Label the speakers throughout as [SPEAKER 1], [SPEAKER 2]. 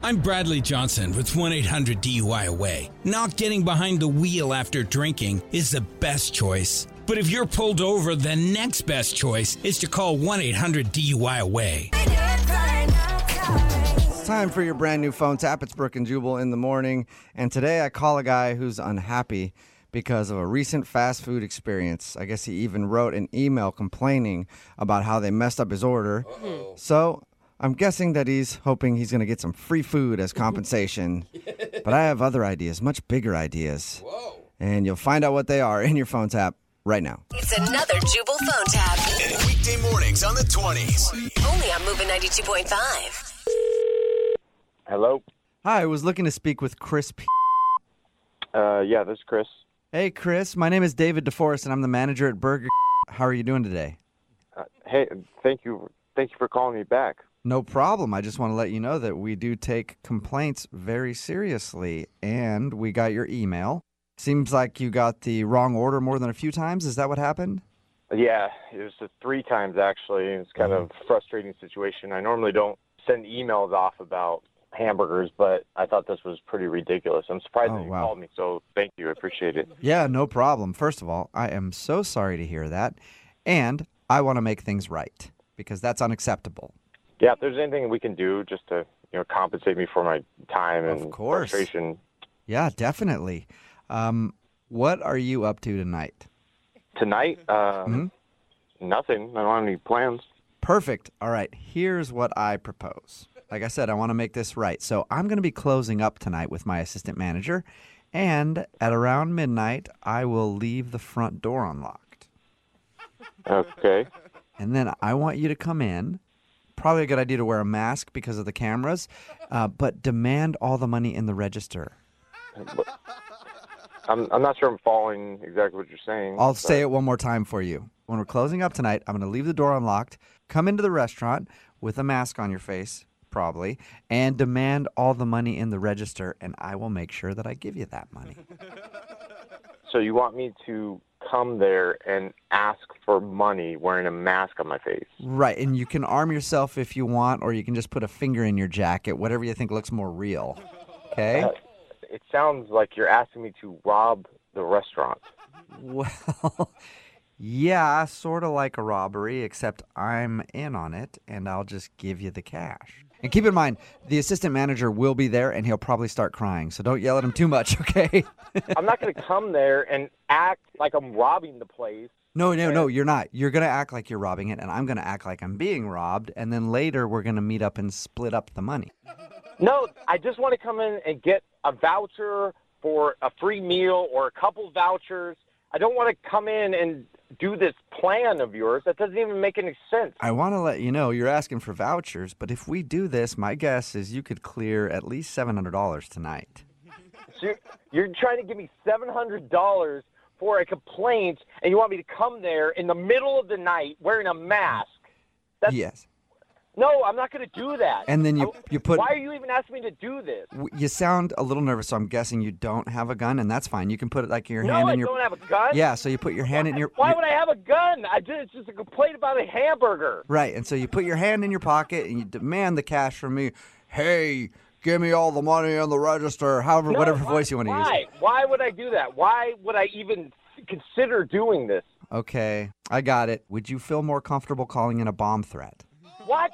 [SPEAKER 1] I'm Bradley Johnson with 1 800 DUI Away. Not getting behind the wheel after drinking is the best choice. But if you're pulled over, the next best choice is to call 1 800 DUI Away.
[SPEAKER 2] It's time for your brand new phone tap. It's Brooke and Jubal in the morning. And today I call a guy who's unhappy because of a recent fast food experience. I guess he even wrote an email complaining about how they messed up his order. So I'm guessing that he's hoping he's going to get some free food as compensation. but I have other ideas, much bigger ideas. Whoa. And you'll find out what they are in your phone tap right now.
[SPEAKER 3] It's another Jubal phone tab.
[SPEAKER 4] Weekday mornings on the 20s.
[SPEAKER 3] Only on Moving 92.5.
[SPEAKER 5] Hello.
[SPEAKER 2] Hi, I was looking to speak with Chris P.
[SPEAKER 5] Uh, yeah, this is Chris.
[SPEAKER 2] Hey, Chris. My name is David DeForest, and I'm the manager at Burger. How are you doing today?
[SPEAKER 5] Uh, Hey, thank you, thank you for calling me back.
[SPEAKER 2] No problem. I just want to let you know that we do take complaints very seriously, and we got your email. Seems like you got the wrong order more than a few times. Is that what happened?
[SPEAKER 5] Yeah, it was uh, three times actually. It's kind
[SPEAKER 2] Mm-hmm.
[SPEAKER 5] of a frustrating situation. I normally don't send emails off about hamburgers, but I thought this was pretty ridiculous. I'm surprised
[SPEAKER 2] Oh,
[SPEAKER 5] that you
[SPEAKER 2] wow.
[SPEAKER 5] called me. So thank you, I appreciate it.
[SPEAKER 2] Yeah, no problem. First of all, I am so sorry to hear that, and I want to make things right because that's unacceptable.
[SPEAKER 5] Yeah, if there's anything we can do just to you know compensate me for my time and
[SPEAKER 2] Of course.
[SPEAKER 5] frustration
[SPEAKER 2] Yeah, definitely. Um, what are you up to tonight?
[SPEAKER 5] tonight, um,
[SPEAKER 2] Mm-hmm.
[SPEAKER 5] nothing. I don't have any plans.
[SPEAKER 2] Perfect. All right. Here's what I propose. Like I said, I want to make this right. So I'm going to be closing up tonight with my assistant manager. And at around midnight, I will leave the front door unlocked.
[SPEAKER 5] Okay.
[SPEAKER 2] And then I want you to come in. Probably a good idea to wear a mask because of the cameras, uh, but demand all the money in the register.
[SPEAKER 5] I'm I'm not sure I'm following exactly what you're saying.
[SPEAKER 2] I'll
[SPEAKER 5] but-
[SPEAKER 2] say it one more time for you. When we're closing up tonight, I'm going to leave the door unlocked, come into the restaurant with a mask on your face, probably, and demand all the money in the register, and I will make sure that I give you that money.
[SPEAKER 5] So you want me to come there and ask for money wearing a mask on my face?
[SPEAKER 2] right, and you can arm yourself if you want, or you can just put a finger in your jacket, whatever you think looks more real. Okay?
[SPEAKER 5] It sounds like you're asking me to rob the restaurant.
[SPEAKER 2] Well, yeah, sort of like a robbery, except I'm in on it and I'll just give you the cash. And keep in mind, the assistant manager will be there and he'll probably start crying, so don't yell at him too much, okay?
[SPEAKER 5] I'm not going to come there and act like I'm robbing the place.
[SPEAKER 2] no, no, no, you're not. You're going to act like you're robbing it and I'm going to act like I'm being robbed, and then later we're going to meet up and split up the money.
[SPEAKER 5] No, I just want to come in and get a voucher for a free meal or a couple vouchers. I don't want to come in and do this plan of yours. That doesn't even make any sense.
[SPEAKER 2] I want to let you know you're asking for vouchers, but if we do this, my guess is you could clear at least $700 tonight.
[SPEAKER 5] So you're, you're trying to give me $700 for a complaint, and you want me to come there in the middle of the night wearing a mask. That's,
[SPEAKER 2] yes.
[SPEAKER 5] No, I'm not going to do that.
[SPEAKER 2] And then you-
[SPEAKER 5] I-
[SPEAKER 2] you put-
[SPEAKER 5] Why are you even asking me to do this?
[SPEAKER 2] W- You sound a little nervous, so I'm guessing you don't have a gun, and that's fine. You can put it like your
[SPEAKER 5] No,
[SPEAKER 2] hand
[SPEAKER 5] I
[SPEAKER 2] in your.
[SPEAKER 5] don't have a gun.
[SPEAKER 2] Yeah, so you put your hand in your.
[SPEAKER 5] Why
[SPEAKER 2] your-
[SPEAKER 5] would I have a gun? I did. It's just a complaint about a hamburger.
[SPEAKER 2] Right, and so you put your hand in your pocket and you demand the cash from me. Hey, give me all the money in the register. However,
[SPEAKER 5] No,
[SPEAKER 2] whatever
[SPEAKER 5] why-
[SPEAKER 2] voice you want to
[SPEAKER 5] Why?
[SPEAKER 2] use.
[SPEAKER 5] Why would I do that? Why would I even consider doing this?
[SPEAKER 2] Okay, I got it. Would you feel more comfortable calling in a bomb threat?
[SPEAKER 5] What?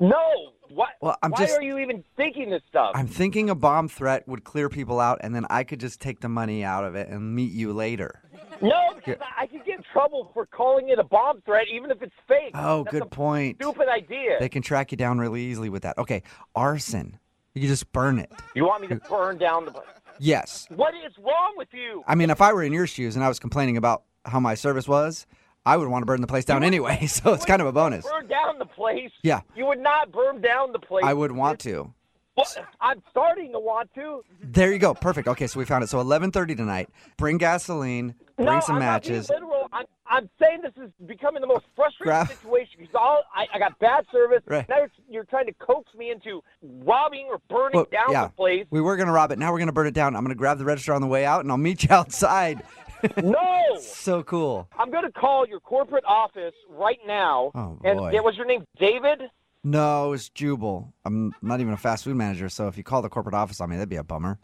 [SPEAKER 5] No. What?
[SPEAKER 2] Well, I'm
[SPEAKER 5] why
[SPEAKER 2] just-
[SPEAKER 5] are you even thinking this stuff?
[SPEAKER 2] I'm thinking a bomb threat would clear people out, and then I could just take the money out of it and meet you later.
[SPEAKER 5] No, because I I could get in trouble for calling it a bomb threat, even if it's fake.
[SPEAKER 2] Oh,
[SPEAKER 5] That's
[SPEAKER 2] good
[SPEAKER 5] a
[SPEAKER 2] point.
[SPEAKER 5] Stupid idea.
[SPEAKER 2] They can track you down really easily with that. Okay, arson. You can just burn it.
[SPEAKER 5] You want me to burn down the?
[SPEAKER 2] Yes.
[SPEAKER 5] What is wrong with you?
[SPEAKER 2] I mean, if I were in your shoes and I was complaining about how my service was, I would want to burn the place down anyway. So it's kind of a bonus.
[SPEAKER 5] Burn down the place.
[SPEAKER 2] Yeah.
[SPEAKER 5] You would not burn down the place.
[SPEAKER 2] I would want to.
[SPEAKER 5] What? I'm starting to want to.
[SPEAKER 2] There you go. Perfect. Okay, so we found it. So 11:30 tonight. Bring gasoline. Bring
[SPEAKER 5] no,
[SPEAKER 2] some
[SPEAKER 5] I'm
[SPEAKER 2] matches.
[SPEAKER 5] Not being literal. I'm, I'm saying this is becoming the most frustrating
[SPEAKER 2] Grab-
[SPEAKER 5] situation because all I, I got bad service.
[SPEAKER 2] Right.
[SPEAKER 5] Now you're, you're trying to coax me into robbing or burning
[SPEAKER 2] Well,
[SPEAKER 5] down
[SPEAKER 2] yeah,
[SPEAKER 5] the place.
[SPEAKER 2] we were gonna rob it. Now we're gonna burn it down. I'm gonna grab the register on the way out, and I'll meet you outside.
[SPEAKER 5] no.
[SPEAKER 2] so cool.
[SPEAKER 5] I'm going to call your corporate office right now.
[SPEAKER 2] Oh,
[SPEAKER 5] and
[SPEAKER 2] boy.
[SPEAKER 5] yeah, was your name David?
[SPEAKER 2] No, it's Jubal. I'm not even a fast food manager, so if you call the corporate office on me, that'd be a bummer.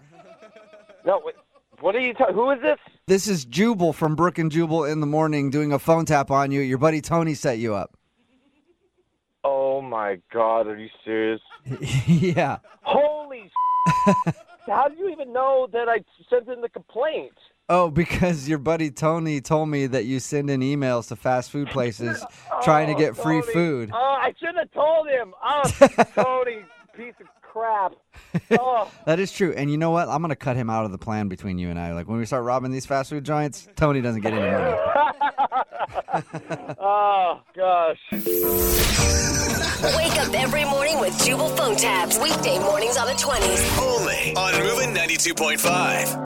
[SPEAKER 5] No, wait, what are you talking? Who is this?
[SPEAKER 2] This is Jubal from Brook and Jubal in the morning doing a phone tap on you. Your buddy Tony set you up.
[SPEAKER 5] Oh my God, are you serious?
[SPEAKER 2] yeah.
[SPEAKER 5] Holy! How do you even know that I sent in the complaint?
[SPEAKER 2] Oh, because your buddy Tony told me that you send in emails to fast food places trying to
[SPEAKER 5] Oh,
[SPEAKER 2] get free
[SPEAKER 5] Tony.
[SPEAKER 2] food.
[SPEAKER 5] Oh, I shouldn't have told him. Oh, Tony, piece of crap. Oh,
[SPEAKER 2] That is true. And you know what? I'm going to cut him out of the plan between you and I. Like when we start robbing these fast food giants, Tony doesn't get any money.
[SPEAKER 5] oh gosh.
[SPEAKER 3] Wake up every morning with Jubal phone tabs. Weekday mornings on the 20s.
[SPEAKER 4] Only on Moving 92.5.